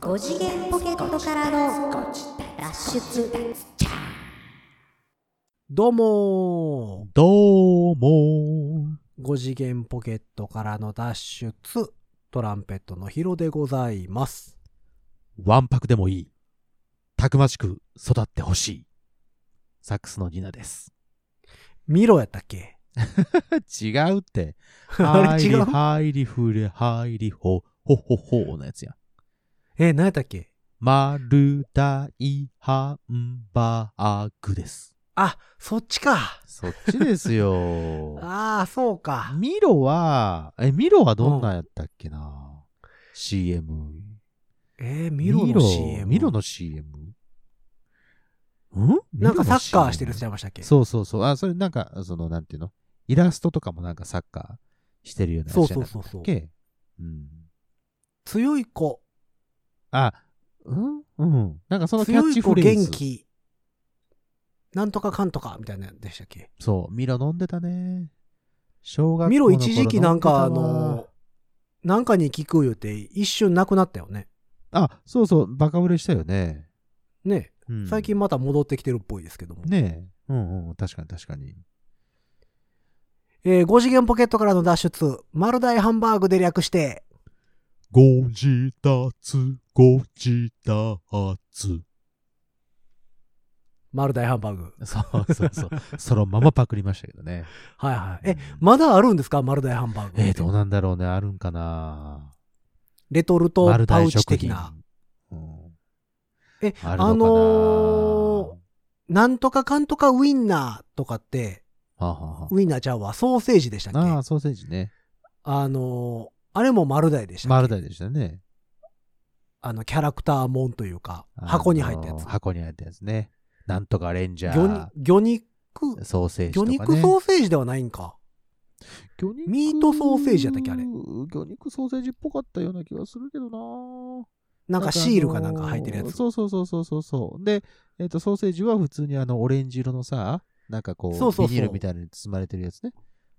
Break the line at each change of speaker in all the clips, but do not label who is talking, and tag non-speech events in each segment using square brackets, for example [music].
5次元ポケットからの脱出
どうも
どうも
ー5次元ポケットからの脱出トランペットのヒロでございます
ー。わんぱくでもいい。たくましく育ってほしい。サックスのニナです。
ミロやったっけ
違う [laughs] って。
あれ違う
入りふれ、入りほ、ほほほのやつや。
え何やったっけ
まるだいハンバーグです。
あそっちか
そっちです [laughs] よ
ああそうか
ミロは、え、ミロはどんなんやったっけな、?CM。
えー、ミロの CM
ミロの CM? ん
なんかサッカーしてるやつちゃ
ん。
いましたっけ
そうそうそう。あ、それなんか、その、なんていうのイラストとかもなんかサッカーしてるようなやつ
そう
じゃ
そう
なか
そうそう
ったっけうん。
強い子
あ、うんうん。なんかそのキャ
強
ッチ
い子
フレーズ。
元気なんとかかんとかみたいなやつでしたっけ
そう、ミロ飲んでたね。小学校の頃
ミロ一時期なんかあ
飲んでたわ
のなんかに聞く言うて一瞬なくなったよね
あ、そうそう、バカ売れしたよね。
ね
うん
最近また戻ってきてるっぽいですけども、
ねえ。うんうん、確かに確かに。
えー、5次元ポケットからの脱出、丸大ハンバーグで略して、
ご自立、ご自立。
丸大ハンバーグ。
[laughs] そうそうそう。そのままパクりましたけどね。
はいはい。え、
ま、
まだあるんですか丸大ハンバーグ。
えーどうなんだろうね。あるんかな。
レトルト
丸
パウ
大
チ
食
的
品。
な。
うん
え、
あ
あ
るのかな
のー、なんとかかんとかウインナーとかって、
はあは
ウインナーちゃうわ、ソーセージでしたっ
あはああ
け
ー、ソーセージね。
あのー、あれも丸大でしたっけ
丸大でしたね。
あの、キャラクターもんというか、
あのー
箱に入ったやつ。
箱に入ったやつね。なんとかレンジャ
魚
ー。
魚肉、
ソーセージと
魚
か、ね。
肉ソーセージではないんか。
魚肉
ミートソーセージやったっけあれ
魚肉ソーセージっぽかったような気がするけどな
なんかシールかなんか入ってるや
あのー
つ。
そうそうそうそうそうそう。で、えっ、と、ソーセージは普通にあの、オレンジ色のさ、なんかこう、
そうそうそう
ビニールみたいに包まれてるやつね。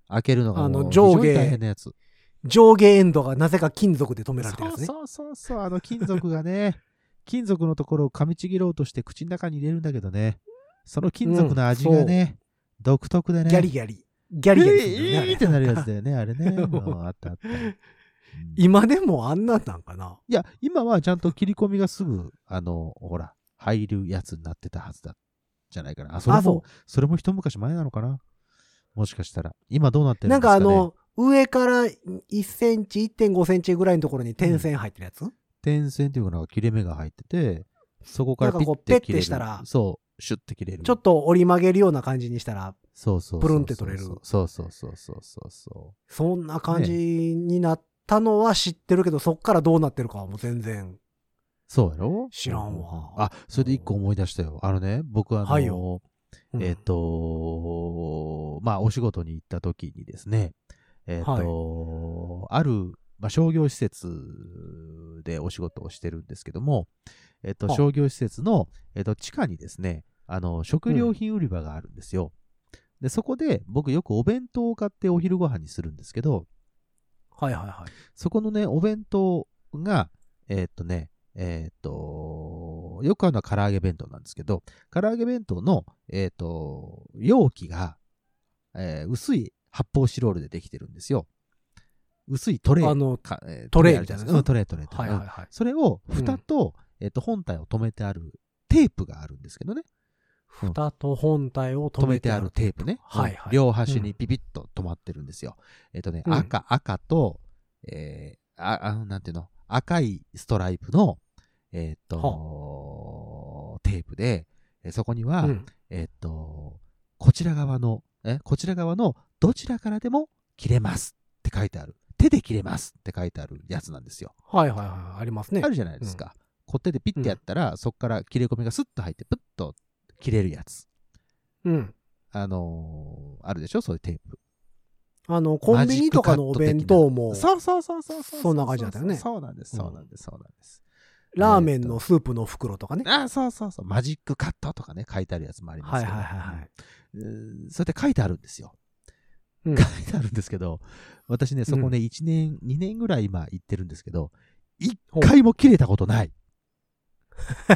開けるのがもう
あの上下
非常に大変なやつ。
上下エンドがなぜか金属で止められてるや
そう
つね。
そうそうそう、あの金属がね、 [laughs] 金属のところを噛みちぎろうとして口の中に入れるんだけどね、その金属の味がね、独特でね。
ギャリギャリ。ギャリギャリするんだよねあ
えーえー
れ
ってなるやつだよね、あれね。
う
[laughs] うんんあった
[laughs]
あった。うんい
今でもあんなんなんかな
や、今はちゃんと切り込みがすぐ、あの、ほら、入るやつになってたはずだ。じゃないかな。あ、それ
あそ
も、それも一昔前なのかな。もしかしたら。今どうなってるんで
なん
すか、
か
ね、
あの、上から1センチ、1.5センチぐらいのところに点線入ってるやつ、
点線というか、なんか切れ目が入ってて、そこから
なん
ピ
かこ
ッ
う
て
ペッて
切れる。
したら
そう、シュッて切れる。
ちょっと折り曲げるような感じにしたら、
そうそうそうそう。
プルンって取れる
そうそうそうそうそうそ
そんな感じになったのは知ってるけど、そっからどうなってるかはもう全然。
う。そうやろ
知らんわ
あ、それで一個思い出したよ。あのね、僕あの、
はいようん
えっ、と、まあ、お仕事に行った時にですね、えっ、と、ある、まあ、商業施設でお仕事をしてるんですけども、えっ、と、
は
商業施設の、えっ、と、地下にですね、あの、食料品売り場があるんですよ。で、そこで、僕よくお弁当を買ってお昼ご飯にするんですけど、
はいはいはい。
そこのね、お弁当が、えーっとね、えーっと、よくあるのは唐揚げ弁当なんですけど、唐揚げ弁当の、えーっと、容器が、えー薄い発泡スチロールでできてるんですよ。薄いトレイ。
あの
かえー
トレイ
あるじゃ
みたいな
な
やつ
いですか。うん、トレイ、トレイ、トレイ
はいはいはい。
それを、蓋と、えーっと、本体を止めてあるテープがあるんですけどね。うん
蓋と本体を
止
止
め
め
て
て
あ
あ
る
る。
テープね。
はいはい
両端にピピッと止まってるんですよ。えっとね、
うん
赤、赤と、えー、あ、あの、なんていうの、赤いストライプの、えーっと、テープで、えーそこには、
うん
えーっと、こちら側の、え、こちら側のどちらからでも切れますって書いてある。手で切れますって書いてあるやつなんですよ。
はいはいはい。ありますね
あ。るじゃないですか。こう手でピッてやったら、そこから切れ込みがスッと入って、プッと切れるやつ。
うん。
あのーあるでしょそういうテープ。
あの、コンビニとかのお弁当も、
そうそうそうそうそう。
そんな感じだったよね
そうなんです、
うん
そうなんです、そうなんです。
ラーメンのスープの袋とかね。
あ、そうそうそう。マジックカットとかね、書いてあるやつもありま
は
す
い
けど。
はいはいはい。
うんそれで書いてあるんですよ。
うん
書いてあるんですけど、私ね、そこね、1年、2年ぐらい今行ってるんですけど、1回も切れたことない。
[laughs]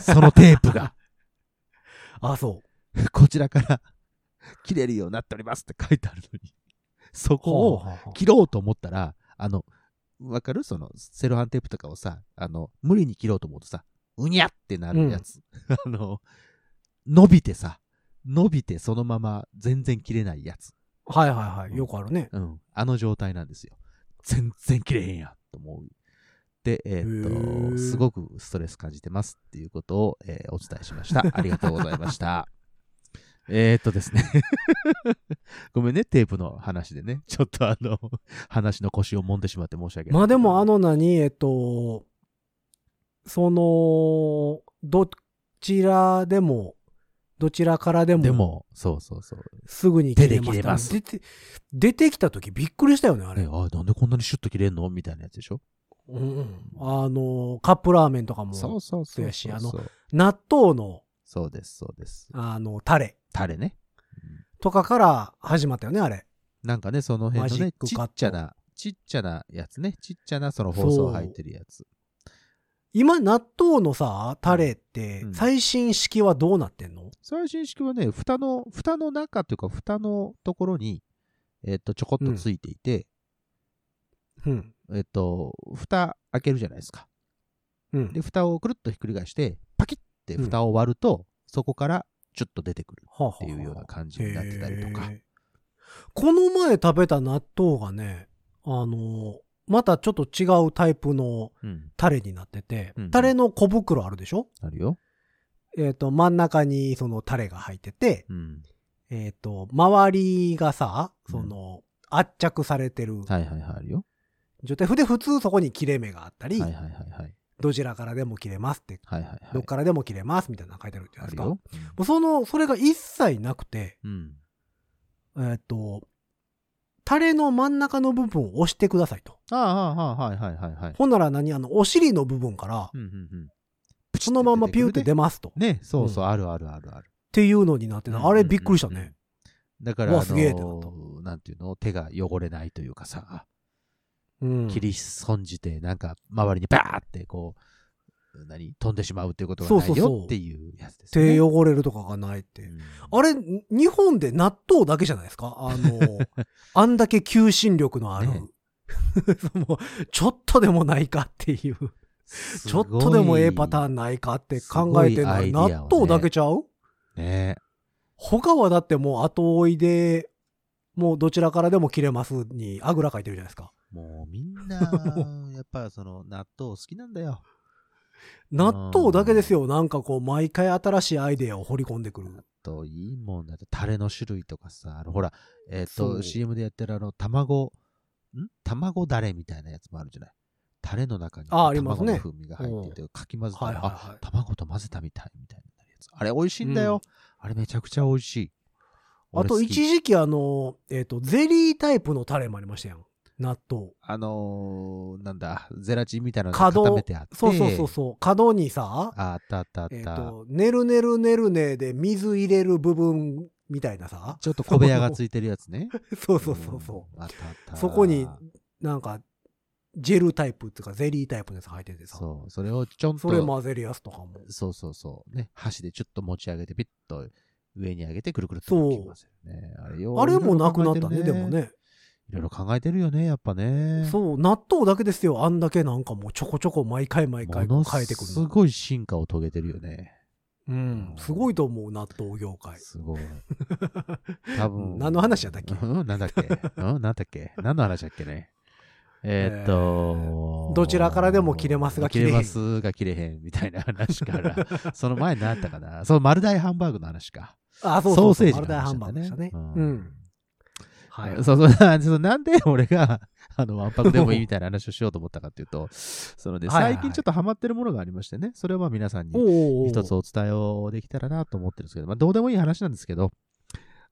そのテープが、
あ、そ。
こちらから切れるようになっておりますって書いてあるのに、そうこを
はあはあはあ
切ろうと思ったら、あの、わかるその、セロハンテープとかをさ、あの、無理に切ろうと思うとさ、うにゃってなるやつ。 [laughs] あの、伸びてさ、伸びてそのまま全然切れないやつ。
はいはいはい。よくあるね。
うん。あの状態なんですよ。全然切れへんやんと思う。で、えーっ
へ
と、
ー
すごくストレス感じてますっていうことを、えーお伝えしました。ありがとうございました。 [laughs] えーっとですね。 [laughs] ごめんね、テープの話でね。ちょっとあの、話の腰を揉んでしまって申し訳ない。
まあでもあ
の、
の何、えっと、その、どちらでも、どちらからでも、
でも、そうそうそう。
すぐに
手で切れます
出て、出てきた時びっくりしたよね、あ
あ
れ。
れ、あなんでこんなにシュッと切れんのみたいなやつでしょ
うんうんあの、カップラーメンとかも、
そうそうそうそう。
やしあの
そう
納豆の、
そうです、そうです。
あの、タレ
タレね。
とかから始まったよね、あれ。
なんかね、その辺の
マ
ね
ジ、ック
ち
カッ
っ
ト
ちゃな、ちっちゃなやつね。ちっちゃなその包装入ってるやつ。
今、納豆のさ、タレって
う、ん
最新式はどうなってんの
最新式はね、蓋の、蓋の中というか、蓋のところに、えっと、ちょこっとついていて、
うん。
えっと、蓋開けるじゃないですか。
うん
で、。蓋をくるっとひっくり返して、パキッて蓋を割ると、そこからちょっと出てくるっていうような感じになってたりとか
へ。ーこの前食べた納豆がねあのまたちょっと違うタイプの
うん。
タレになってて、
うんうん
タレの小袋あるでしょ
あるよ。
えっ、と真ん中にそのタレが入ってて
うん。
えっ、と周りがさ
うん
その、圧着されてる
はいはいはい、あるよ。
状態で普通そこに切れ目があったり、
はいはいはいはい。
どちらからでも切れますって、
はいはいはい。
どっからでも切れますみたいなの書いてあるじゃな
あ
いですか
る
も
よ。
うそのそれが一切なくて
うん。
えっ、と、タレの真ん中の部分を押してくださいと。
ああ、ああはいはいはいはい。
ほんなら何あの、お尻の部分から、
うんうんうん。
そのままピューって出ますと。っ
ね、そうそう、あるあるあるある。
ていうのになってた。あれびっくりした
うんうんうん
ね。。
だから、
うわ
あ
すげえってなっ
のなんていうの、手が汚れないというかさ、
うん。
切り損じて、なんか、周りにバーって、こう、何飛んでしまうっていうこと
そう
がな
そう
い
そう
よっていうやつですよね。
手汚れるとかがないって。あ
れ
れ、日本で納豆だけじゃないですかあの、
[laughs]
あんだけ求心力のある。
ね
[laughs] そのちょっとでもないかっていう。ちょっとでもええパター
ン。
ンないかって考えてん
すごいアイ
の
ディ
に
アをね
納豆だけちゃう
ね
他はだってもう後追いでもうどちらからでも切れますにあぐらかいてるじゃないですか
もうみん
[laughs]
な、やっぱその、納豆好きなんだよ。
納豆だけですよなんかこう毎回新しいアイデアを掘り込んでくる
といいもんだってタレの種類とかさあのほらえっ、
そ
と
う
CM でやってるあの卵ん卵だれみたいなやつもあるじゃないタレの中に
あありますね
卵の風味が入っててかき混ぜた
は
ら、
いはいはい
あ卵と混ぜたみたいみたいなやつあれ美味しいんだよ、あれめちゃくちゃ美味しい
あ
俺好
と
き
一時期あのえっ、とゼリータイプのタレもありましたやん納豆
あのーなんだゼラチンみたいなの
角
固めてあって
そうそうそうそう角にさ
ああったあったあった、
えっ、とねるねるねるねで水入れる部分みたいなさ
ちょっと小部
[laughs]
屋がついてるやつね
そうそうそうそう、
んあったあった
そこになんかジェルタイプっていうかゼリータイプのやつ入っててさ
そうそれをちょんと
それ混ぜるやつとかも
そうそうそう。ね。箸でちょっと持ち上げて、ピッと上に上げて、くるくるっと巻きますよね。あれよ
あれもなくなったね、
いろい
で
ろ
も
考えてる
ね。
いろいろ考えてるよね、やっぱね。
そう、納豆だけですよ。あんだけなんかもうちょこちょこ毎回毎回
もの
変えてくる
す
の。
ごい進化を遂げてるよね。
うん、すごいと思う、納豆業界。[laughs]
すごい。多分。
何の話やったっけ
うん、なんだっけうん、なんだっけ何の話だっけね。えーっと、
どちらからでも切れますが切れへん
切れますが切れへんみたいな話から、 [laughs] その前何だったかなその丸大ハンバーグの話か。
あ、そう
ソ
そ
ー
う
セージ
マ
の
ルダイハ
話
ン
だ
バー
った
グで
ね
したね。。
うん
うん。はい。
そうそう [laughs] なそうなんで俺が [laughs] あのわんぱくでもいいみたいな話をしようと思ったかっていう
[laughs]
とそのね
はいはいはい
最近ちょっとハマってるものがありましてねそれはまあ皆さん
お
に
うおうおう
一つお伝えをできたらなと思ってるんですけど、まあ、どうでもいい話なんですけど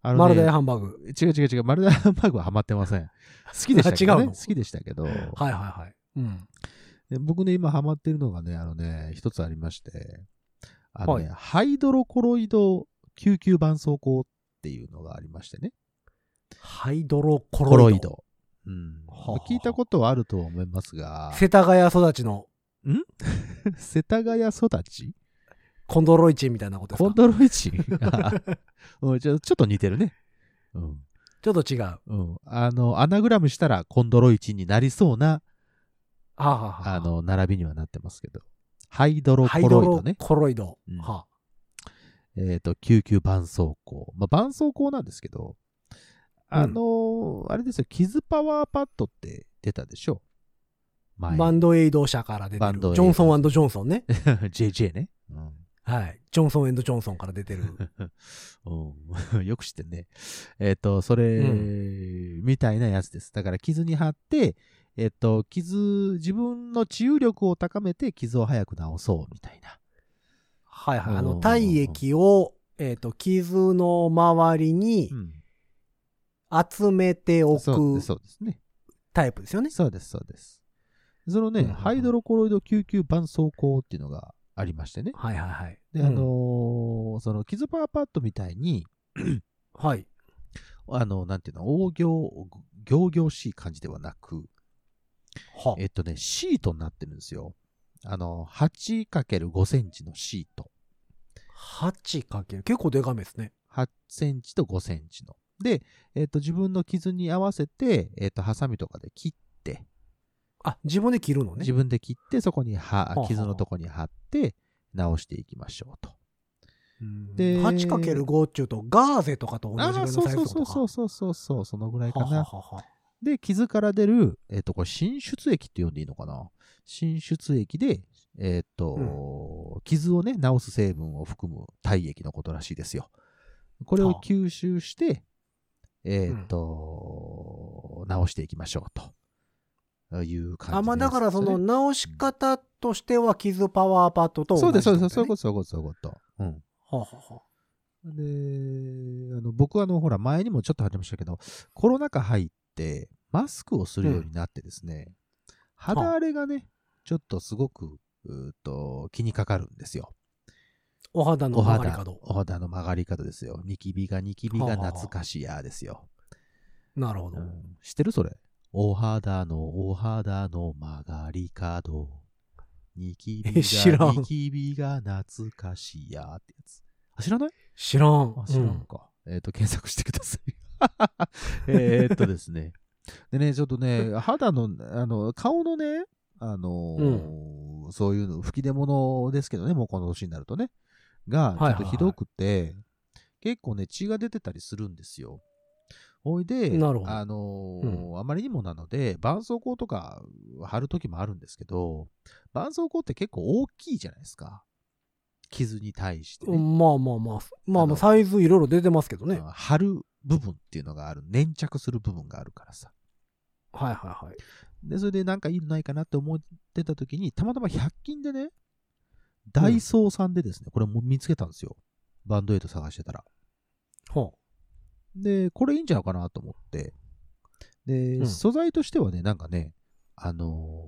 あ
マル
の、
ダイ
ね、
ハンバーグ。
違う違う違うマルダイハンバーグはハマって
[laughs]
ません好きでしたけど、
あ違
ね、
うの
好きでしたけど
はいはいはい。うん。
で僕ね今ハマってるのがねあのね一つありましてあの、ね
は
ハイドロコロイド救急絆創膏っていうのがありましてね
ハイドロコ
コ
ロ
ロ
イ
イ
ド。
ド。うん
はあはあ
聞いたことはあ
[laughs]
ると思いますが、
世田谷育ちの。
世田谷育ち
コンドロイチンみたいなこと
コ
で
ン
すか
トロイチン [laughs] うんちょちょっと似てるね。うん。
ちょっと違う。は
うん。あの、アナグラムしたらコンドロイチンになりそうな、
あ、はあはあ、
あの、並びにはなってますけど。ハイドロコ
ハ
ロ
イ
イ
ド
ド
ロ
ね。
コロイド。
うん
は
えっ、と、救急絆創膏。まあ、絆創膏なんですけど、あのーあれですよ、傷パワーパッドって出たでしょ
あ
前
バ
[laughs]
ンドエイド社から出て
バン
る。
ドエイド
ジョンソンジョンソンね。
JJ ね。うん。
はい。ジョンソンジョンソンから出てる。
[laughs] うん、 [laughs] よく知ってんね。えっ、と、それ、
う
みたいなやつです。だから傷に貼って、えっ、と、傷、自分の治癒力を高めて傷を早く治そうみたいな。
はいはい。あ
うんうんうん
の、体液を、えっ、と、傷の周りに
ん。
集めてお
そう
く
そうですね。
タイプですよね。
そうです、そうです。そのね、
うんうんうん
ハイドロコロイド救急絆創膏っていうのがありましてね。
はいはいはい。
で、
うん
あのーその傷パワーパッドみたいに、
はい。
あの、なんていうの、大行、行々しい感じではなく、
は
えっとね、シートになってるんですよ。あの、8×5 センチのシート。
8かける。結構でかめですね。
8センチと5センチの。で、えっと、自分の傷に合わせて、えっと、ハサミとかで切って、
あ、自分で切るのね
自。分で切って、そこには
あはあ
傷のとこに貼って、直していきましょうと。で
で、8×5 っていうと、ガーゼとかと同じぐ
あ
ら
あ、
いのサ
そ
イ
う
ズって
そ
こと
うそう
か。
そうそうそうそう、そのぐらいか
はは
な。
はは
で、傷から出る、えっ、と、これ、浸出液って呼んでいいのかな浸出液で、えっ、と、傷をね、治す成分を含む体液のことらしいですよ。これを
はあ
吸収して、えっ、と、治していきましょうと。いう感じ
あ、まあだからその
の
直し方としては傷パワーパッドと
そ
同
うで
じ
す、そうです、そういう
で
こと、そういうこと、そういうこと。うん。
ははは
で、あの僕はあの、ほら、前にもちょっと話しましたけど、コロナ禍入って、マスクをするようになってですね、肌荒れがね、ちょっとすごく、うーっと、気にかかるんですよ。
お肌の
お
曲がり
肌
角、。
お肌の曲がり方ですよ。ニキビが、ニキビ
は
が
あはあ
懐かしやですよ。
なるほど
う。ん知ってるそれ。お肌の、お肌の曲がり角。ニキビ
え [laughs] 知ら
が、
ん
ニキビが懐かしやってやつ。あ、知らない
知らん。
あ、知
う
ら
んん
か。えっ、と、検索してください。 [laughs] えーっとですね。でね、ちょっとね、肌の、あの、顔のね、あのーそういうの、吹き出物ですけどね、もうこの年になるとね、が、ちょ
はいはい
っとひどくて、結構ね、血が出てたりするんですよ。ほいで、
なるほど
あのーあまりにもなので、絆創膏とか貼るときもあるんですけど、絆創膏って結構大きいじゃないですか。傷に対して、ね。
まあまあまあ、まあ
あ
ま
の
あ、サイズいろいろ出てますけどね。
うん貼る部分っていうのがある粘着する部分があるからさ
はいはいはい。
でそれでなんかいいのないかなって思ってた時にたまたま100均でねダイソーさんでですね、これも見つけたんですよバンドエイド探してたら
ほ
でこれいいんちゃうかなと思ってで、
うん
素材としてはねなんかねあ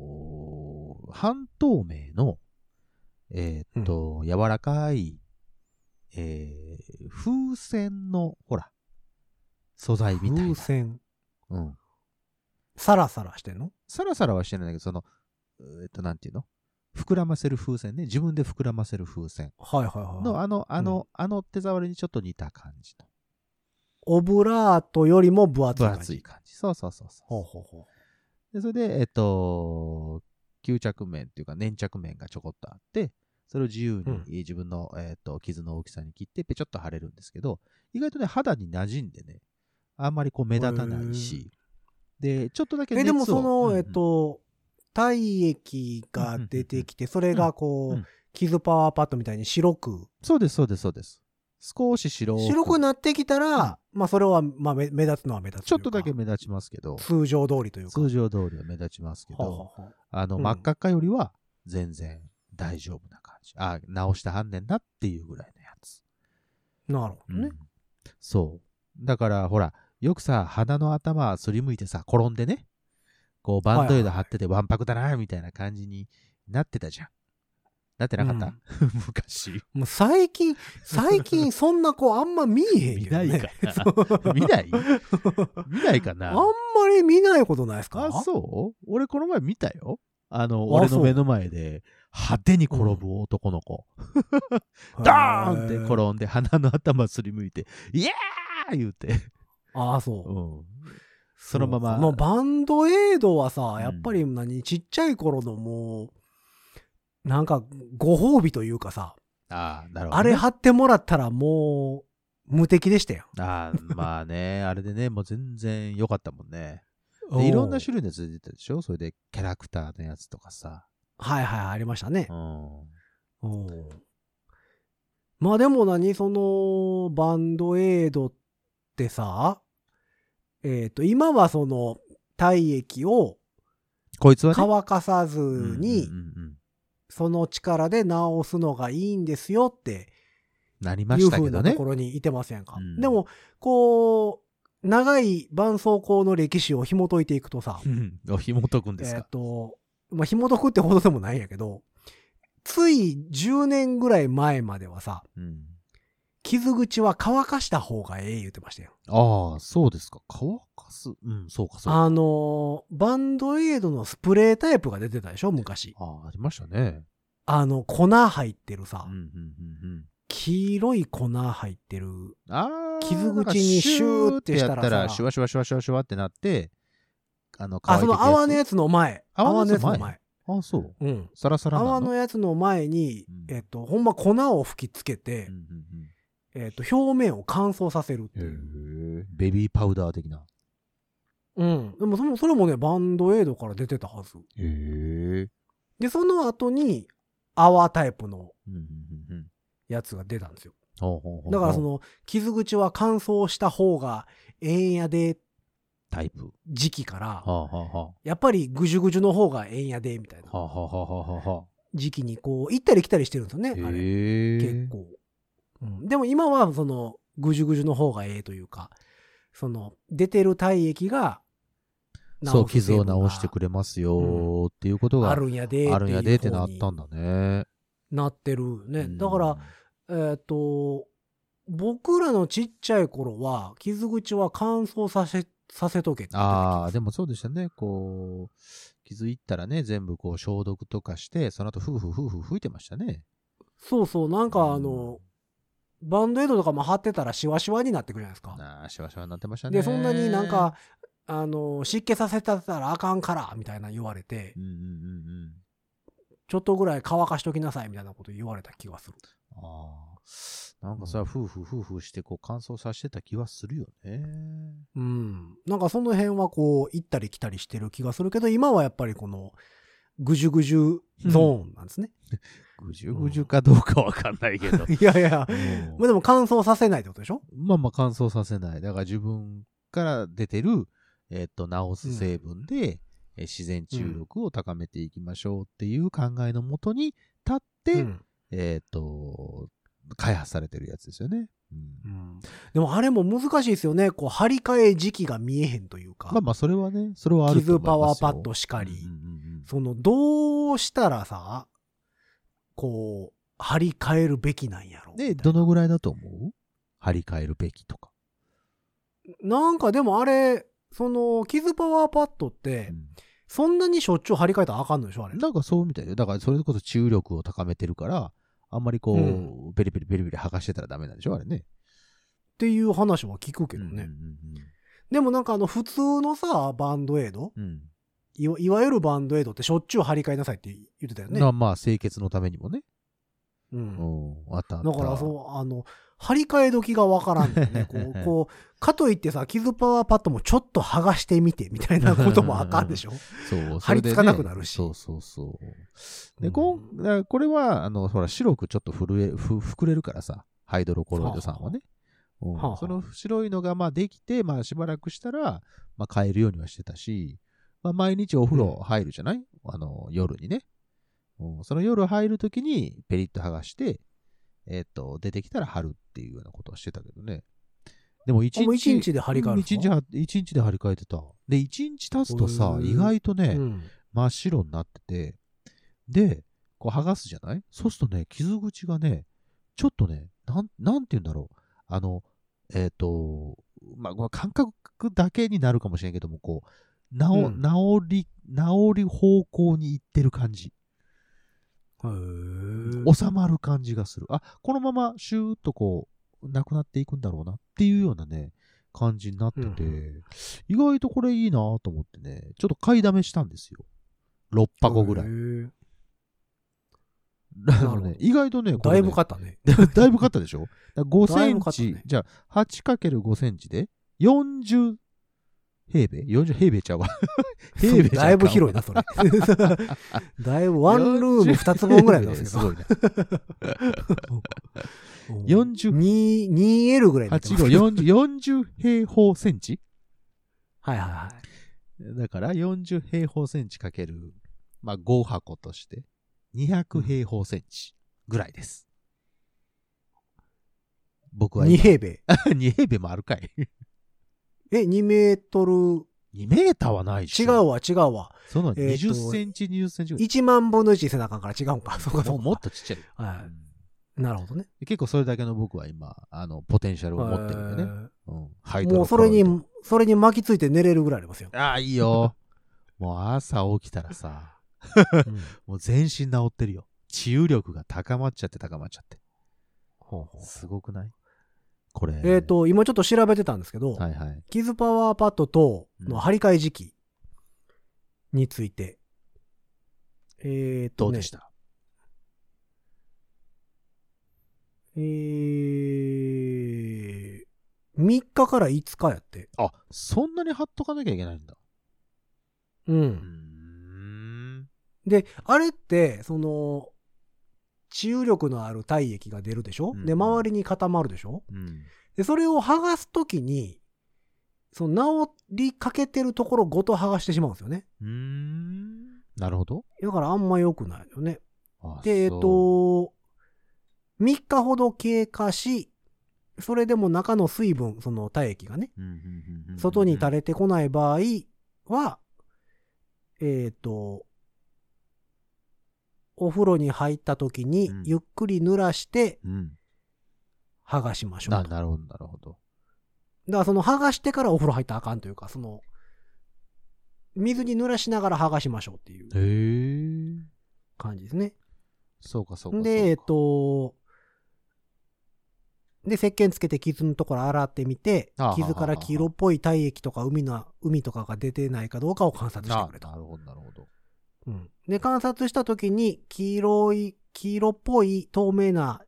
のー半透明のえーっと、柔らかい、えー風船のほら素材
う
みた
風
いな、
船。
うん、
サラサラしてんの
サラサラはしてないんだけど、その、うーえっと、なんていうの膨らませる風船ね。自分で膨らませる風船
はいはいはい
の、。あの、あの、あの手触りにちょっと似た感じの。
オブラートよりも分厚い
分
感じ。
厚い感じ。そうそうそうそう。
ほうほうほう。
で、それで、えっと、吸着面っていうか粘着面がちょこっとあって、それを自由に
うん
えー自分の、えっと傷の大きさに切ってペチョッと貼れるんですけど、意外とね、肌に馴染んでね、あんまりこう目立たないし、で、ちょっとだけ熱
え、で
を
もそ
うんう
の、
ん
えっと、体液が出てきて、それがこ
うんう、
うん傷パワーパッドみたいに白く、
そうです、そうです、そうです。少し白く
白くなってきたら、まあそれは、まあ目目立つのは目立つ
ち
と
ょ
い
っ
うか。
とだけ目立ちますけど、
通常通りというか。
通常通りは目立ちますけ
はあは
ど、
あはあ
あの、
うん
真っ赤っかよりは全然大丈夫な感じ。あ、直してはんねんなっていうぐらいのやつ。
なるほどね。
うんそう。だから、ほら、よくさ、鼻の頭すりむいてさ、転んでね、こう、バンドエイド貼っててわんぱくだな、みたいな感じになってたじゃん。なってなかった、
うん
[laughs] 昔。
もう最近、最近そんな子あんま見えへん
見
けど
な
ね。
いか
そう
な。見ない見ない
[laughs]
か
あ
なん
まり見ないことないですか
あ、そう俺この前見たよ。あの、
あ
俺
そ
の
う
目の前で、派手に転ぶ男の子。ドーンって
へー
転んで、鼻の頭すりむいて、イエーイ言うて、
ああ、そう。
うん。そのまま
そうかバンドエイドはさ、やっぱり何、ちっちゃい頃のもう、なんか、ご褒美というかさ、
ああ、なるほど、
あれ貼ってもらったらもう、無敵でしたよ。
ああ、まあね、あれでね、もう全然良かったもんね。でいろんな種類のやつ出てたでしょそれで、キャラクターのやつとかさ。
はいはい、ありましたね
う。ん。
うんまあでも何、その、バンドエイドってさ、えっ、と、今はその、体液を
こいつはね、
乾かさず
うん
に
うん、うん
その力で治すのがいいんですよって、
なりま
いう
した
風
けど
なと
ね
こ。ろにいてますやんか。
うん
でも、こう、長い絆創膏の歴史を紐解いていくとさ、
うんお紐解くんです
えっ、
か。
と、まあ、紐解くってほどでもないんやけど、つい10年ぐらい前まではさ、
うん
傷口は乾かした方がええ言ってましたよ。
ああ、そうですか。乾かす。うん、そうか、そうか。
あのー、バンドエイドのスプレータイプが出てたでしょ昔。
ああ、ありましたね。
あの、粉入ってる
う
さ
ん、、うん、うん、うん。
黄色い粉入ってる。
ああ、
傷口にシューってしたらさ
なんかシューってやったら、シュワシュワシュワシュワシュワってなって、あの、
あ、
乾い
そ
てき
の
たやつ
泡のやつの前。
泡のやつの前
泡のや
ああ、そう。
つの前。うん。
サラサラなの
泡のやつの前に、
うん
えっと、ほんま粉を吹きつけて
う、んうん
えっと、表面を乾燥させるって
う
いう。
んへえ。ベビーパウダー的な。
うん。でもそも、それもね、バンドエイドから出てたはず。
へえ。
で、その後に、泡タイプの
うんうんうんうん
やつが出たんですよ。
ほうほうほうほう
だからその、傷口は乾燥した方がええんやで、
タイプ。は
時期から
あ、、はあは
やっぱりぐじゅぐじゅの方がええんやで、みたい
あ、はあ
な
はあはあはあは
時期にこう、行ったり来たりしてるんですよね、
あ。
あれ。
へえ。
結構。うん、でも今はそのぐじゅぐじゅの方がええというかその出てる体液が
そう、傷を治してく
れ
れますよーっていうことが
あるんやで
あるんやでって
な
なったんだね。
なってるね、
うん
だから、えっ、と僕らのちっちゃい頃は傷口は乾燥させさせとけって言ってた気
あ
が
あ、
する
でもそうでしたね。こう、気づいたらね、全部こう消毒とかして、その後、夫婦夫婦吹いてましたね。
そうそうなん
う
か
ん
あの、バンドエイドとかも貼ってたらシワシワになってくるじゃないですか
ああ、しわしわになってましたね。
でそんなになんか、あの湿気させたらあかんからみたいな言われて
うんうんうんうん。
ちょっとぐらい乾かしときなさいみたいなこと言われた気がする。
ああ、なんかさ、夫婦夫婦してこう乾燥させてた気はするよね。
うん。なんかその辺はこう、行ったり来たりしてる気がするけど、今はやっぱりこの、ぐじゅぐじゅゾーンなんですね。
ぐじゅぐじゅかどうかわかんない
[laughs]
けど。 [laughs]
いやいや。
うん
まあでも乾燥させないってことでしょ
まあまあ乾燥させない。だから自分から出てる、えっと、治す成分で、えー自然中毒を高めていきましょうっていう考えのもとに立って、
うん
えっと、開発されてるやつですよね。うん
うん。でもあれも難しいですよね。こう、張り替え時期が見えへんというか。
まあまあ、それはね、それはあると
傷
思い
パ
ま
ワー
すよ
パッドしかり。
うんうんうん
その、どうしたらさ、こう、張り替えるべきなんやろ
で、
みた
ど
いな
のぐらいだと思う張り替えるべきとか。
なんかでもあれ、その、傷パワーパッドって、そんなにしょっちゅう張り替えたらあかんのでしょあれ。
なんかそうみたいよ。だからそれこそ注力を高めてるから、あんまりこう、
う
ペリペリペリペリ剥がしてたらダメなんでしょあれね。
っていう話は聞くけどね、
うん
でもなんかあの普通のさバンドエイド
うんうんうん
いわいわゆるバンドエイドってしょっちゅう張り替えなさいって言ってたよね、
なまあ清潔のためにもね。
うん
うんあったあった。
だからそうあの張り替え時がわからんのよねこ
[laughs]
うこうかといってさ傷パワーパッドもちょっと剥がしてみてみたいなこともあかんでしょ
そう
張り付かなくなるし
それでねそうそうそう。 [laughs] で、
うん
こんだからこれは、あの、ほら、白くちょっと震え、ふ膨れるからさ、ハイドロコロイドさんはね。うん
はあはあ
その白いのが、まあ、できて、まあ、しばらくしたら、まあ、変えるようにはしてたし、まあ、毎日お風呂入るじゃない、あの、夜にね。うん、その夜入るときに、ペリッと剥がして、えっ、と、出てきたら貼るっていうようなことをしてたけどね。でも一
あもう
日、
一日で張り替えるんです
一
か
日は一日で張り替えてた。で、一日経つとさ
へ、ー
意外とね、
うん
真っ白になってて、で、こう剥がすじゃないそうするとね、傷口がね、ちょっとね、なん、なんて言うんだろう。あの、えっ、と、まあ、これ感覚だけになるかもしれんけども、こう、治、
うん
治り、治り方向に行ってる感じ。
へー
収まる感じがする。あ、このままシューッとこう、なくなっていくんだろうなっていうようなね、感じになってて、
うん
意外とこれいいなと思ってね、ちょっと買いだめしたんですよ。6箱ぐらい
へ。ー
あ
ほど
のね、意外とね、こ
だ
れ
い
ね
ぶ買ったね。
だいぶ買ったでしょだから ?5
だ
セ
い
ン
ぶ買った
チ、
ね
じゃあ 8×5 センチで40平米 ?40 平米ちゃうわ。平米じゃんか
だいぶ広いな、それ。 [laughs] だいぶ、ワンルーム2つ分ぐらいなんですけ
す [laughs]
ど。
ごいね。
40 2 2L ぐらいになってます
8 5 40平方センチ
はいはいはい。
だから40平方センチかける、まあ、5箱として200平方センチぐらいです。僕は
2
今
平米。
2平米もあるかい。
え、2メートル。
2メーターはないでし
違
ょ。
うわ、違うわ。
その
えーと
20センチ、20センチぐらい。
1万分の1せなあかんから違うんか。そう [laughs] か、そ
も
う
う
か。
もっとちっちゃい。
は
うん
い。なるほどね。
で結構それだけの僕は今、あの、ポテンシャルを持ってるんでね。うん。ハ
え
イ
ー
ド
も
ロ
う
コ
そ
ロ
れ
イド
に、それに巻きついて寝れるぐらいありますよ。
ああ、いいよ。もう朝起きたらさ、もう全身治ってるよ。治癒力が高まっちゃって高まっちゃって。すごくないこれ。
えっ、。と、今ちょっと調べてたんですけど、
はいはい。
キズパワーパッド等の張り替え時期について。えっ、
ど
と、
う
ね
でし、た、
えー、3日から5日やって。
あ、そんなに貼っとかなきゃいけないんだ。
う
うー
ん。
ん。
で、あれって、その、治癒力のある体液が出るでしょ、
うん
で、周りに固まるでしょ
うん。
で、それを剥がすときに、その治りかけてるところごと剥がしてしまうんですよね。
うーん。なるほど。
だからあんま良くないよね。
あ
で、えっ、
そう
と、3日ほど経過し、それでも中の水分、その体液がね、
うんうんうんうん
外に垂れてこない場合は、えっ、と、お風呂に入った時に
うん
ゆっくり濡らして
うん。
剥がしましょう
な、
と。だか
なるほど、なるほど。
らその剥がしてからお風呂入ったらあかんというか、その、水に濡らしながら剥がしましょうっていう
へえ。
感じですね。
そうか、そうか。
で、えっ
そうか、
と、で、石鹸つけて傷のところ洗ってみて
あはは、はは
傷から黄色っぽい体液とか海の、海とかが出てないかどうかを観察してくれ
な
と。
なるほど、なるほど。
うんで、観察した時に、黄色い、黄色っぽい透明な、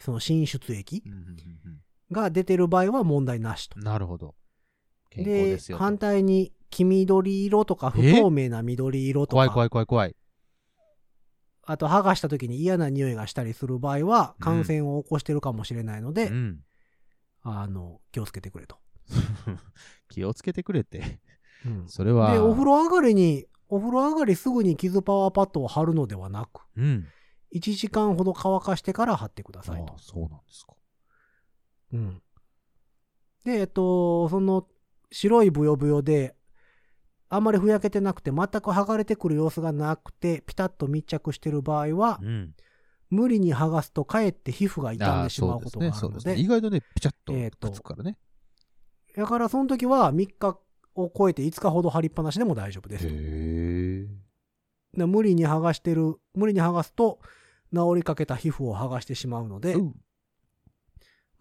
その浸出液
うんうんうん
が出てる場合は問題なしと
うん。なるほど。健康ですよと。
反対に、黄緑色とか不透明な緑色と
怖い
か、
怖い怖い怖い。
あと剥がした時に嫌な匂いがしたりする場合は、感染を起こしてるかもしれないので、
うん。 [laughs]
あの、気をつけてくれと。
気をつけてくれて。
うん
それは。
で、お風呂上がりに、お風呂上がりすぐに傷パワーパッドを貼るのではなく、
うん。
1時間ほど乾かしてから貼ってくだ
あ
さいと
あ。そうなんですか。
うんで、えっと、その白いブヨブヨで、あんまりふやけてなくて、全く剥がれてくる様子がなくて、ピタッと密着してる場合は、
ん。
無理に剥がすとかえって皮膚が傷ん
あ
で
あ
しま
そうう
こ
です
とが
ね。
ある
そう
の
ですね。
で
意、外とね、ピチャ
えー
ッ
と
とくっつくからね。
だからその時は3日を超えて5日ほど貼りっぱなしでも大丈夫ですと。
へえ。
で無理に剥がしてる、無理に剥がすと、治りかけた皮膚を剥がしてしまうので、
うん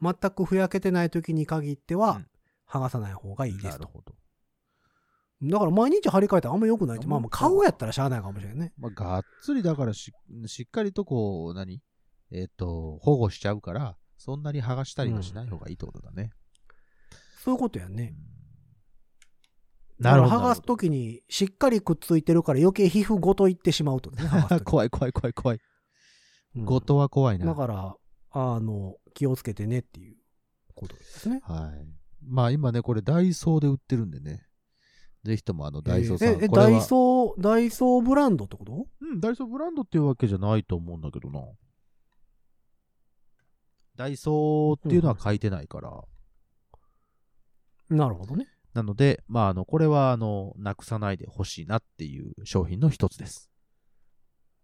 全くふやけてない時に限っては、
うん
剥がさない方がいいで
な
す
る
と。
ほど。
だから毎日張り替えたらあんま良くないって、まあまあ
あんま良くない
顔やったらしゃあないかもしれんね。
まあ、がっつりだからし、しっかりとこう、何えっ、と、保護しちゃうから、そんなに剥がしたりはしない方がいいってことだね。
そういうことやね。
なるほど
だから剥がす時にしっかりくっついてるから余計皮膚ごといってしまうとね、剥がす
[laughs]
時
[laughs] 怖い怖い怖い怖い。
うん
後藤は怖いな。
だから、あの、気をつけてねっていうことですね。
はい。まあ今ね、これダイソーで売ってるんでね。ぜひともあのダイソーさん、
ええ、
これは
ダイソー、ダイソーブランドってこと
うん、ダイソーブランドっていうわけじゃないと思うんだけどな。ダイソーっていうのは書いてないから。
なるほどね。
なので、まああの、これはあの、なくさないでほしいなっていう商品の一つです。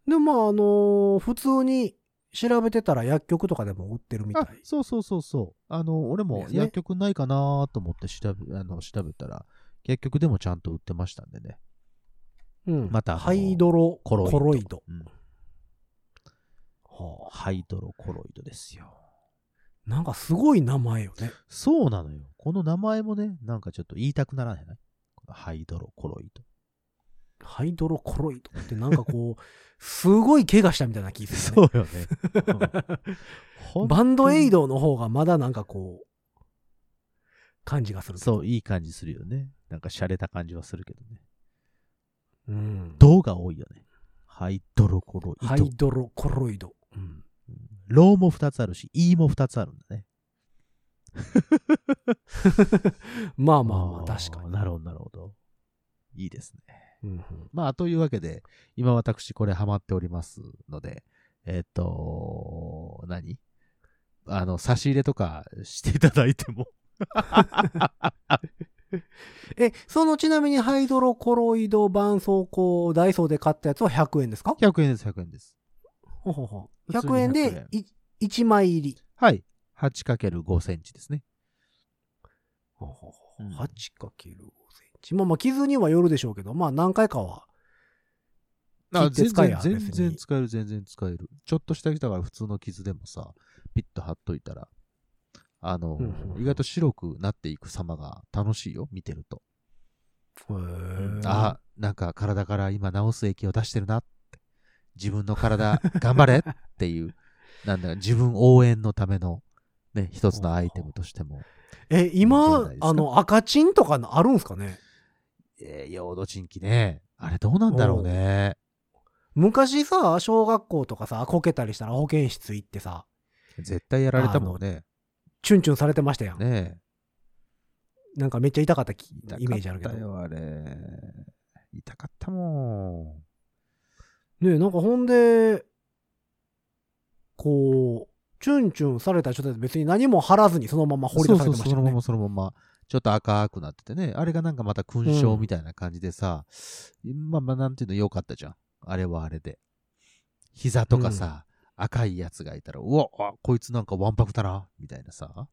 でもまああのー普通に調べてたら薬局とかでも売ってるみたい
あ。そうそうそうそう。あの、俺も
ですね
薬局ないかなと思って調べ、あの調べたら、結局でもちゃんと売ってましたんでね。
うん。
またあの
ハイドロ
コロイド
コロイド。
うん
は
ハイドロコロイドですよ。
あ、なんかすごい名前よね。
そうなのよ。この名前もね、なんかちょっと言いたくならない。このハイドロコロイド。
ハイドロコロイドってなんかこう、すごい怪我したみたいな気がする、
そ
ね。
うよね。ほん
バンドエイドの方がまだなんかこう、感じがする。
そう、いい感じするよね。なんか洒落た感じはするけどね。
うん。
ドが多いよね。ハイドロコロイド。
ハイドロコロイド。うん。
ローも2つあるし、イーも2つあるんだね。
まあまあまあ、確かに。
なるほど、なるほど。いいですね。
うんうん
まあ、というわけで、今私これハマっておりますので、えっ、と、何あの、差し入れとかしていただいて [laughs] も。
え、そのちなみにハイドロコロイド絆創膏ダイソーで買ったやつは100円ですか
100円です、100円です。
ほほほ
普通に
100円でい1枚入り。
はい。8×5 センチですね。
ほほほ
うん
8×5 センチ。まあまあ傷にはよるでしょうけど、まあ何回かは。切
あ
っ
全
て使え
然
や、
全
別に
然使える、全然使える。ちょっとしただから普通の傷でもさ、ピッと貼っといたら、あの、
うんうんうん
意外と白くなっていく様が楽しいよ、見てると。
へー
あ、なんか体から今治す液を出してるなって。自分の体、頑張れっていう、なんだか自分応援のための、ね、一つのアイテムとしても、
え、
いいんじゃ
今
ないです、か
あの、赤チンとかあるんすかね
えー、用土鎮気ね。あれどうなんだろうね。
昔さ、小学校とかさ、こけたりしたら保健室行ってさ、
絶対やられたもんね。
チュンチュンされてましたやん。
ね
なんかめっちゃ痛かったき
え。
イメージあるけ
痛かった
ど。
よ、あれ。痛かったもん。
ねえなんかほんで、こう、チュンチュンされた人たち別に何も張らずにそのまま掘り出されてました
そうそうそ
よ
のま
ね
ま。そのままちょっと赤くなっててねあれがなんかまた勲章みたいな感じでさ、まあまあなんていうの良かったじゃんあれはあれで膝とかさ、赤いやつがいたらうわあこいつなんかわんぱくだなみたいなさ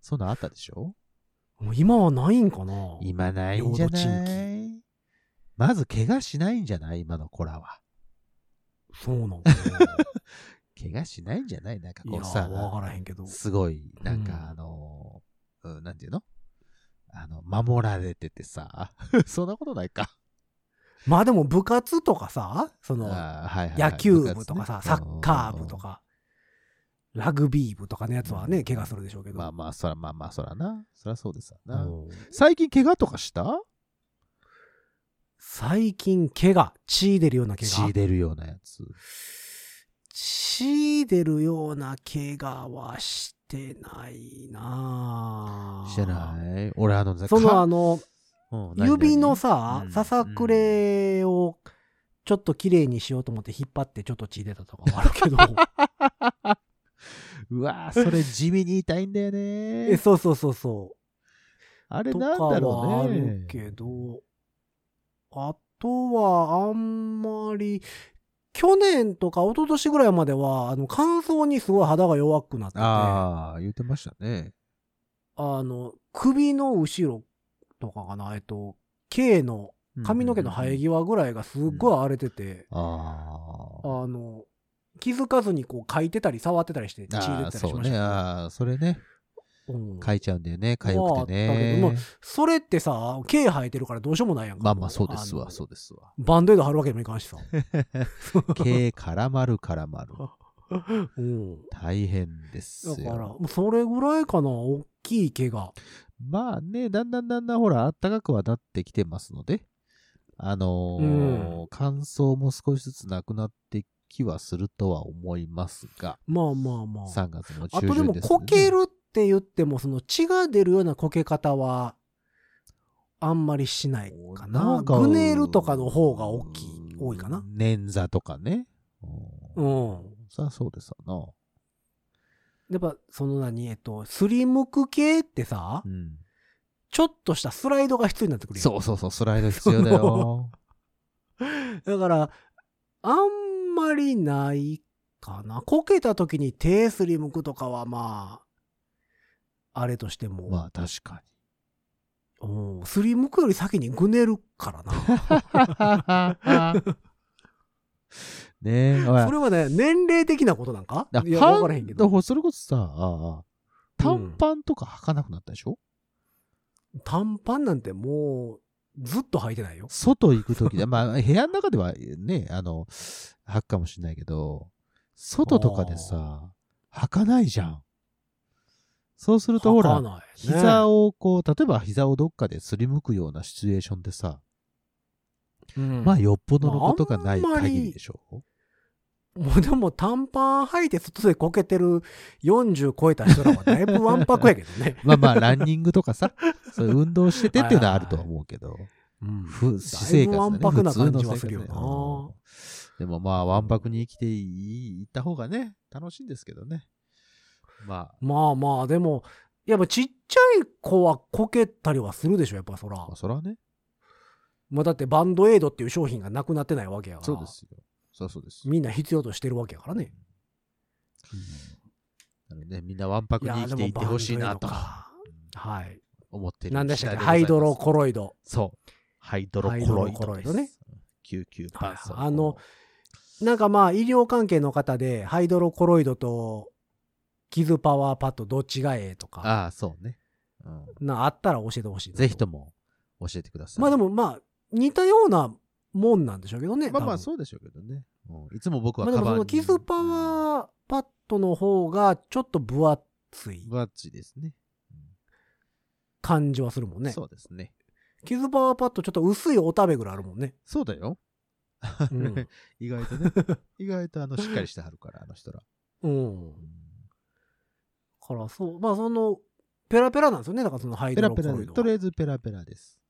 そんなんあったでしょ
もう今はないんかな
今ないんじゃ
領土
ないまず怪我しないんじゃない今の子らは
そうなのかな
怪我しないんじゃないなんか
い
こ
や
うさ
わからへんけど。
すごい、なん
うん
かあのー、うんなんていうのあの、守られててさ、 [laughs] そんなことないか。
まあでも部活とかさ、その、
あーはいはいはい
野球部とかさ、
部活
サ
ね
ッカー部とか、ラグビー部とかのやつはね、怪我するでしょうけ
うん
ど。
まあまあ、そらまあまあ、そらな。そらそうですわな。
うん
最近怪我とかした
最近、怪我、血出るような怪
血
我。
出るようなやつ。
血出るような怪我はしてないなぁ
してない俺あの、
その
か
あの、
うん何
指の
何
さ
う、ん
ささくれをちょっと綺麗にしようと思って引っ張ってちょっと血出たとかはある
[laughs]
けど。
うわーそれ地味に痛いんだよ
[laughs] え
ね。
そうそうそうそう。
あれ
と
なん
か
だろ
はあ
う
る
ね。
けど、あとはあんまり、去年とか一昨年ぐらいまでは、あの、乾燥にすごい肌が弱くなってて、あ
ああ、言ってましたね。
の、首の後ろとかかな、えっと、毛の、髪の毛の生え
ぎ。
際ぐらいがすっごい荒れてて、
ああ。
あの、気づかずにこう書いてたり触ってたりして血出て
あ
たり
あ
し
そう
ましたけ
ね。
ど、
ああ、それね。
うん
書いちゃうんだよね。かゆくて
まああったけども
ね。
それってさ、毛生えてるからどうしようもないやんか。
まあまあ、そうです
あ
わ、
の
そうですわ。
バンドエイド貼るわけにもいかん
[laughs]
しさ。
毛絡まる絡
[laughs]
まる。
うん。
大変で
だ
す
から、
よ。
もうそれぐらいかな、大きい怪我。
まあね、だんだんだんだん、ほら、あったかくはなってきてますので、あのー
う
乾燥も少しずつなくなってきはするとは思いますが、
まあまあまあ。
3月の中
あ
旬です、ね。
とでも、こけるって言っても、その血が出るようなこけ方は、あんまりしないかな。
なんか
グネルとかの方が大きい、多いかな。。
捻挫とかね。
う
うん。
ん。
さあ、そうですわ
やっぱ、その何、えっと、すりむく系ってさ
な。う、ん。
ちょっとしたスライドが必要になってくるやん
そうそうそう、スライド必要だよ。
だから、あんまりないかな。こけた時に手すりむ [laughs] くとかはまあ、あれとしても、
まあ確か
うんすりむくより先にぐねるからな。
[laughs] [laughs] ねえ、おい
それはね、年齢的なことなんか
だ
いや、
パ
わ
ン
からへんけ
だか
ど。
らそれこそさ、ああ短パンとか履かなくなったでしょ、
短パンなんてもう、ずっと履いてないよ。
外行くと
[laughs]
きで、まあ、部屋の中ではね、あの、履くかもしれないけど、外とかでさ、履かないじゃん。そうすると、ほ、
履からない、ね。
膝をこう、例えば膝をどっかですりむくようなシチュエーションでさ、
うん
まあ、よっぽどのことがない
まああんまり
限りでしょ、。
もうでも短パン履いて外でこけてる40超えた人らはだいぶわんぱくやけどね
まあまあ、ランニングと
[laughs]
かさ、そういう運動しててっていうのはあるとは思うけど、
うん
ふ私
だい
生活
ぶわん
ね、
ぱく
普
な
通
感
の
じ
生
は
活
するよ
ね
な
うんでもまあ、わんぱくに生きていい、いった方がね、楽しいんですけどね。まあ、
まあまあ、でも、やっぱちっちゃい子はこけたりはするでしょ、やっぱそら。
まあ、それはね、
まあだってバンドエイドっていう商品がなくなってないわけやから。
そうで。すよ。そうそうです。
みんな必要としてるわけやからね。
なので、みんなわんぱくに生きていてほしいなと
いやでもバンドエイドかはい。
思ってる。
何でしたっけハイドロコロイド。
そう。ハイドロコロイド
ハイドロコロ
で
イ
す。
ドね
救急
はい
搬送
あの、なんかまあ医療関係の方でハイドロコロイドと傷パワーパッドどっちがええとか、
ああ、そうね。うん
なあったら教えてほしいな。
ぜひとも教えてください。
まあでもまあ似たようなもんなんでしょうけどね。
まあまあ
う。
そうでしょうけどね。うんいつも僕は
まあ
カ
で
バン
も
に。
その傷パワーパッドの方がちょっと分厚い
バッチですね。
感じはするもんね。
そうですね。
傷パワーパッドちょっと薄いお食べぐらいあるもん
[laughs]
ね。
そうだよ。
うん
[laughs] 意外
[laughs]
とね。意外とあの、しっかりしてはるから、あの人ら。
うん。からそう。まあその、ペラペラなんですよね。だからそのハイド
ペラ
ロコ
ペラ
ロ
で
イ
す。
ド
と
は
りあえずペラペラです。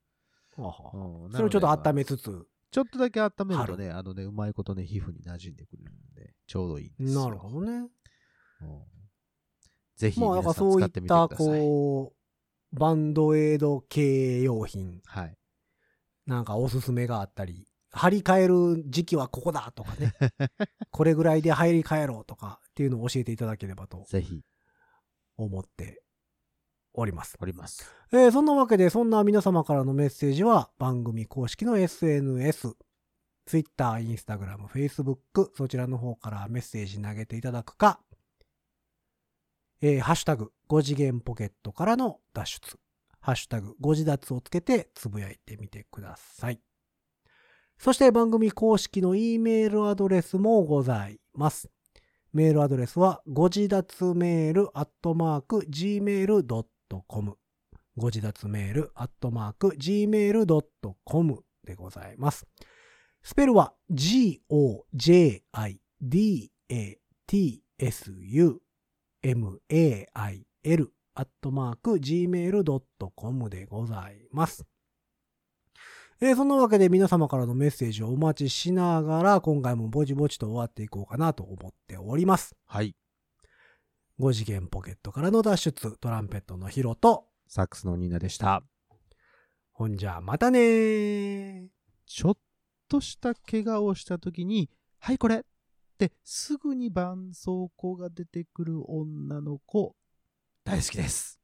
は
う
は
ん
それをちょっと温。
なので
めつつ。
ちょっとだけ温めるとね、あのね、うまいことね、皮膚に馴染んでくるんで、ちょうどいいんですよ。
なるほどね。
うん。ぜひ、
まあ、
皆
な
さ
んかそ
ん使
うい
っ
って
みてく
た、
ださい。
こう、バンドエイド系用品、
はい。
なんかおすすめがあったり、張り替える時期はここだとか
[laughs]
ね、これぐらいで入り替えろとかっていうのを教えていただければと
ぜひ、
思っております。
おります。
えーそんなわけで、そんな皆様からのメッセージは、番組公式の SNS、Twitter、Instagram、Facebook、そちらの方からメッセージ投げていただくか、えーハッシュタグ、5次元ポケットからの脱出、ハッシュタグ、5次脱をつけてつぶやいてみてください。そして番組公式の E メールアドレスもございます。メールアドレスは、ご自立メールアットマーク gmail.com。ご自立メールアットマーク gmail.com でございます。スペルは g-o-j-i-d-a-t-s-u-m-a-i-l アットマーク gmail.com でございます。えーそんなわけで皆様からのメッセージをお待ちしながら、今回もぼちぼちと終わっていこうかなと思っております。
はい。
5次元ポケットからの脱出、トランペットのヒロと、
サックスのニーナでした。
ほんじゃ、またねー。
ちょっとした怪我をした時に、はい、これってすぐに絆創膏が出てくる女の子、大好きです。